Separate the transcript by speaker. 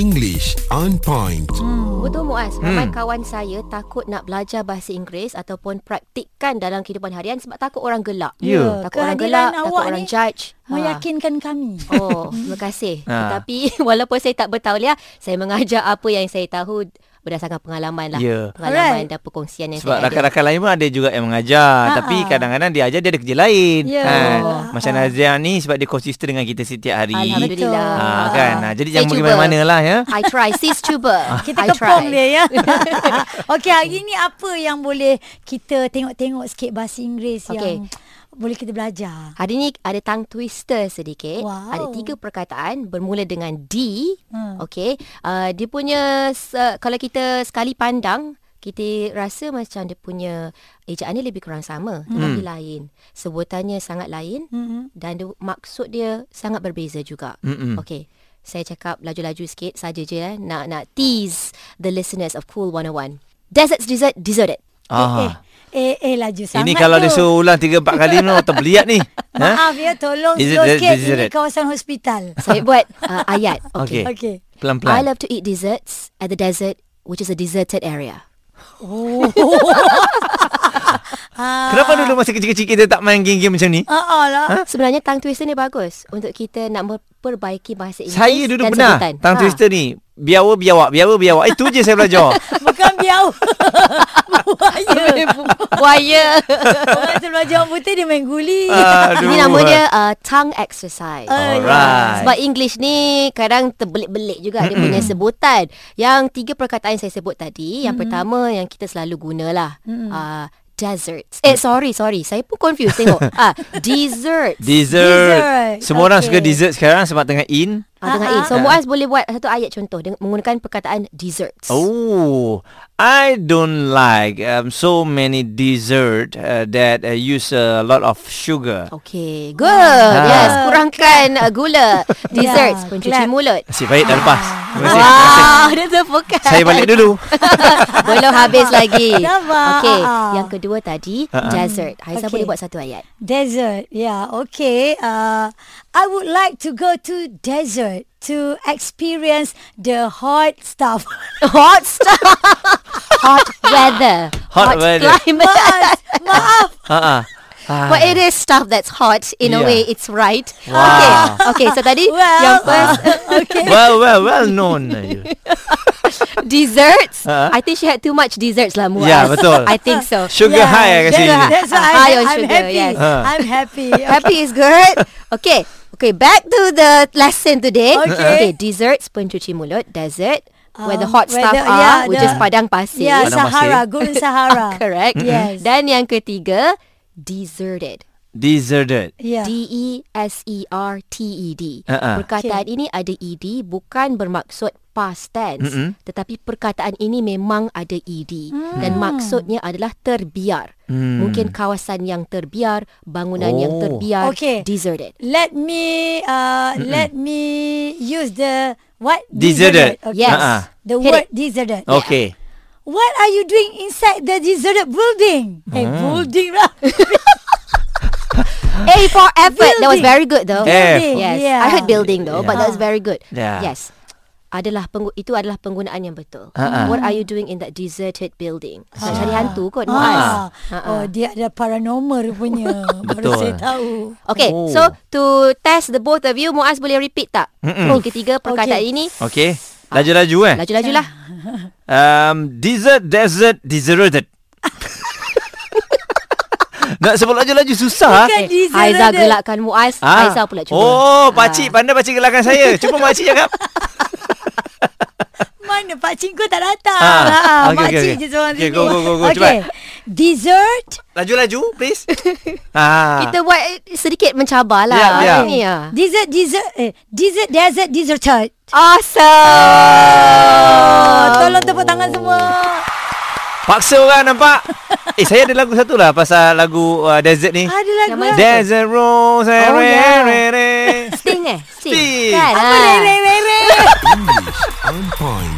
Speaker 1: English on point.
Speaker 2: Betul Muaz,
Speaker 3: Hmm.
Speaker 2: ramai kawan saya takut nak belajar bahasa Inggeris ataupun praktikkan dalam kehidupan harian sebab takut orang gelak.
Speaker 3: Ya.
Speaker 2: Takut orang
Speaker 4: Kehadiran
Speaker 2: gelak, takut
Speaker 4: awak
Speaker 2: orang
Speaker 4: ni
Speaker 2: judge. Ha.
Speaker 4: Meyakinkan Hmm. kami.
Speaker 2: Oh, terima kasih.
Speaker 3: Ha.
Speaker 2: Tetapi walaupun saya tak bertauliah, saya mengajar apa yang saya tahu berdasarkan pengalaman lah.
Speaker 3: Ya.
Speaker 2: Pengalaman
Speaker 4: Alright.
Speaker 2: dan perkongsian yang saya
Speaker 3: Sebab
Speaker 2: ada. Ah,
Speaker 3: rakan-rakan lain pun ada juga yang mengajar.
Speaker 4: Ha-ha.
Speaker 3: Tapi kadang-kadang dia ajar dia ada kerja lain. Kan?
Speaker 4: Ya.
Speaker 3: Macam Nazia ni sebab dia konsisten dengan kita setiap hari.
Speaker 2: Alhamdulillah.
Speaker 3: Ha, kan? Ha, jadi
Speaker 2: Saya
Speaker 3: jangan pergi
Speaker 2: cuba.
Speaker 3: mana-mana lah ya.
Speaker 2: I try, sis cuba.
Speaker 4: Oh, Kita
Speaker 2: I
Speaker 4: kepong
Speaker 2: try.
Speaker 4: dia ya. Okey, hari ni apa yang boleh kita tengok-tengok sikit bahasa Inggeris
Speaker 2: Okey.
Speaker 4: yang boleh kita belajar?
Speaker 2: Hari ni ada tongue twister sedikit.
Speaker 4: Wow.
Speaker 2: Ada tiga perkataan bermula dengan D.
Speaker 4: Hmm.
Speaker 2: Hmm. Okey. Uh, dia punya se- kalau kita sekali pandang kita rasa macam dia punya ejaan dia lebih kurang sama hmm. tapi lain. Sebutannya sangat lain
Speaker 4: Hmm.
Speaker 2: dan dia, maksud dia sangat berbeza juga.
Speaker 3: Mm-mm.
Speaker 2: Okey. Saya cakap laju-laju sikit saja je eh. Nak nak tease the listeners of Cool 101. Desert's dessert deserted.
Speaker 4: Eh,
Speaker 3: Ah.
Speaker 4: eh, eh, eh laju sangat
Speaker 3: Ini kalau
Speaker 4: tu.
Speaker 3: dia suruh ulang 3 4 kali ni orang terbeliat ni. Ha?
Speaker 4: Maaf ya, tolong
Speaker 3: Is it
Speaker 4: slow
Speaker 3: that- is
Speaker 4: sikit.
Speaker 3: it
Speaker 4: Ini
Speaker 3: that?
Speaker 4: kawasan hospital.
Speaker 2: Saya buat uh, ayat. Okey.
Speaker 3: Okey.
Speaker 4: Okey.
Speaker 2: I
Speaker 3: Pelan-pelan.
Speaker 2: love to eat desserts at the desert which is a deserted area.
Speaker 4: Oh.
Speaker 3: Kenapa dulu masa kecil-kecil kita tak main game-game macam ni?
Speaker 4: Ah, ah lah.
Speaker 2: Sebenarnya tongue twister ni bagus untuk kita nak memperbaiki bahasa Inggeris
Speaker 3: Saya dulu
Speaker 2: dan
Speaker 3: pernah
Speaker 2: sebutan.
Speaker 3: Tang
Speaker 2: Ha.
Speaker 3: Twister ni Biawa biawak Biawa biawak Itu je saya belajar
Speaker 4: Bukan biau. Buaya.
Speaker 2: Buaya.
Speaker 4: Orang tu belajar orang putih dia main guli.
Speaker 3: Aduh
Speaker 2: Ini nama dia uh, tongue exercise.
Speaker 4: Ah, ya.
Speaker 3: Alright
Speaker 2: Sebab English ni kadang terbelik-belik juga dia punya sebutan. Yang tiga perkataan yang saya sebut tadi, yang pertama yang kita selalu gunalah. Uh, desert. Eh sorry, sorry. Saya pun confused tengok. Ah, dessert.
Speaker 3: Dessert.
Speaker 4: Dessert.
Speaker 3: Semua orang suka
Speaker 4: Okey.
Speaker 3: dessert sekarang sebab tengah in.
Speaker 2: Ah, tengah
Speaker 4: Ah,
Speaker 2: A. So
Speaker 3: ah.
Speaker 2: Muaz boleh buat satu ayat contoh dengan menggunakan perkataan desserts.
Speaker 3: Oh, I don't like um, so many dessert uh, that uh, use a lot of sugar.
Speaker 2: Okay, good. Yes, kurangkan uh, gula. Desserts
Speaker 4: Yeah,
Speaker 2: pun cuci
Speaker 4: clap.
Speaker 2: mulut.
Speaker 3: Nasib baik dah lepas. Terima kasih. terima
Speaker 4: Ah.
Speaker 3: kasih.
Speaker 2: Wah, Ah, dia terpekat.
Speaker 3: Saya balik dulu.
Speaker 2: Belum habis lagi.
Speaker 4: Sabar.
Speaker 2: Okey,
Speaker 4: Ah.
Speaker 2: yang kedua tadi
Speaker 3: Ah,
Speaker 2: dessert. Haizah boleh
Speaker 4: Okey.
Speaker 2: buat satu ayat.
Speaker 4: Desert. Yeah, okay. Uh, I would like to go to desert to experience the hot stuff.
Speaker 2: Hot stuff. Hot weather.
Speaker 3: Hot weather.
Speaker 2: climate.
Speaker 4: Maaf, maaf.
Speaker 3: Ha ah. Ah.
Speaker 2: But it is stuff that's hot in a
Speaker 3: Yeah.
Speaker 2: way. It's right.
Speaker 3: Wow.
Speaker 2: Okay. Okay. So tadi
Speaker 4: Well, Uh,
Speaker 2: yang first
Speaker 4: okay.
Speaker 3: Well, well, well known. you.
Speaker 2: desserts.
Speaker 3: Ah.
Speaker 2: I think she had too much desserts lah Muaz.
Speaker 3: Yeah, betul.
Speaker 2: I think so.
Speaker 3: Sugar
Speaker 4: Yeah,
Speaker 3: high kat sini.
Speaker 4: Sugar high. That's why
Speaker 2: High on
Speaker 4: I'm, I'm
Speaker 2: sugar,
Speaker 4: happy.
Speaker 2: yes.
Speaker 3: Ah.
Speaker 4: I'm happy.
Speaker 2: Happy is good. Okay. Okay, back to the lesson today. okay
Speaker 4: Okay.
Speaker 2: desserts, pencuci mulut, desert, where the
Speaker 4: Um,
Speaker 2: hot
Speaker 4: where
Speaker 2: stuff
Speaker 4: the-
Speaker 2: are,
Speaker 4: yeah,
Speaker 2: which
Speaker 4: the-
Speaker 2: is padang pasir.
Speaker 4: Yeah,
Speaker 3: Padang pasir.
Speaker 4: Sahara. Gurun Sahara.
Speaker 2: Correct. Mm-hmm.
Speaker 4: Yes.
Speaker 2: Dan yang ketiga, deserted. E
Speaker 3: Deserted.
Speaker 4: Yeah.
Speaker 2: D-E-S-E-R-T-E-D.
Speaker 3: Ah, ah.
Speaker 2: E Perkataan ini ada ED bukan bermaksud past tense. Tetapi perkataan ini memang ada ED.
Speaker 4: Hmm.
Speaker 2: Dan maksudnya adalah terbiar. Mungkin kawasan yang terbiar, bangunan yang
Speaker 3: Oh.
Speaker 2: terbiar,
Speaker 4: Okay.
Speaker 2: deserted.
Speaker 4: Let me uh, let me use the what
Speaker 3: Deserted.
Speaker 4: Okay.
Speaker 2: Yes. Uh-uh.
Speaker 3: Ah, ah.
Speaker 4: The
Speaker 2: Hit
Speaker 4: word deserted.
Speaker 3: Okay.
Speaker 4: What are you doing inside the deserted building? Hey,
Speaker 2: Mm.
Speaker 4: building lah.
Speaker 2: A for effort. That was
Speaker 4: Building.
Speaker 2: very good though.
Speaker 3: Yeah.
Speaker 4: Building,
Speaker 2: Yes.
Speaker 4: yeah.
Speaker 2: I heard building though, but
Speaker 3: Yeah.
Speaker 2: that's very good.
Speaker 3: Yeah.
Speaker 2: Yes. Adalah penggu- itu adalah penggunaan yang betul.
Speaker 3: Ha-ha. Ha.
Speaker 2: What are you doing in that deserted building? Nak cari hantu kot
Speaker 4: Ah.
Speaker 2: Muaz.
Speaker 4: Oh, dia ada paranormal rupanya. Baru
Speaker 3: Betul.
Speaker 4: saya tahu.
Speaker 2: Okay,
Speaker 3: Oh.
Speaker 2: so to test the both of you, Muaz boleh repeat tak? Mm-mm. Ketiga perkataan
Speaker 4: Okay.
Speaker 2: ini.
Speaker 3: Okay.
Speaker 4: Ah.
Speaker 3: Laju-laju eh.
Speaker 2: Laju-laju lah.
Speaker 3: Um, dessert, desert, deserted. Nak sebut laju-laju susah.
Speaker 4: Bukan
Speaker 2: Okay.
Speaker 4: Ah. deserted.
Speaker 2: Aizah gelakkan Muaz.
Speaker 3: Ah.
Speaker 2: Aizah pula cuba.
Speaker 3: Oh, pakcik
Speaker 4: Ah.
Speaker 3: pandai pakcik gelakkan saya. Cuba makcik cakap.
Speaker 4: Mana Pak Cik kau tak datang.
Speaker 3: Ah.
Speaker 4: Ah, ah,
Speaker 3: Okay,
Speaker 4: Mak
Speaker 3: okay,
Speaker 4: Cik
Speaker 3: okay.
Speaker 4: je seorang
Speaker 3: Okay,
Speaker 4: sini.
Speaker 3: go, go, go, go.
Speaker 4: Okay. Dessert.
Speaker 3: Laju-laju, please. ah.
Speaker 2: Kita buat sedikit mencabar lah.
Speaker 3: Yeah, yeah.
Speaker 2: Ini ya.
Speaker 4: Dessert, dessert, eh, dessert, desert, deserted.
Speaker 2: Awesome.
Speaker 3: Ah.
Speaker 4: Oh, tolong tepuk tangan semua.
Speaker 3: Paksa orang nampak. eh, saya ada lagu satu lah pasal lagu uh, desert ni.
Speaker 4: Ada
Speaker 2: Yang
Speaker 4: lagu.
Speaker 2: mana?
Speaker 3: Desert Rose.
Speaker 2: Oh,
Speaker 3: Oh,
Speaker 2: yeah.
Speaker 3: yeah. re, re.
Speaker 2: Sting eh? Sting.
Speaker 3: Sting.
Speaker 2: Kan?
Speaker 4: Apa
Speaker 2: ah.
Speaker 4: lele lele?
Speaker 1: On point.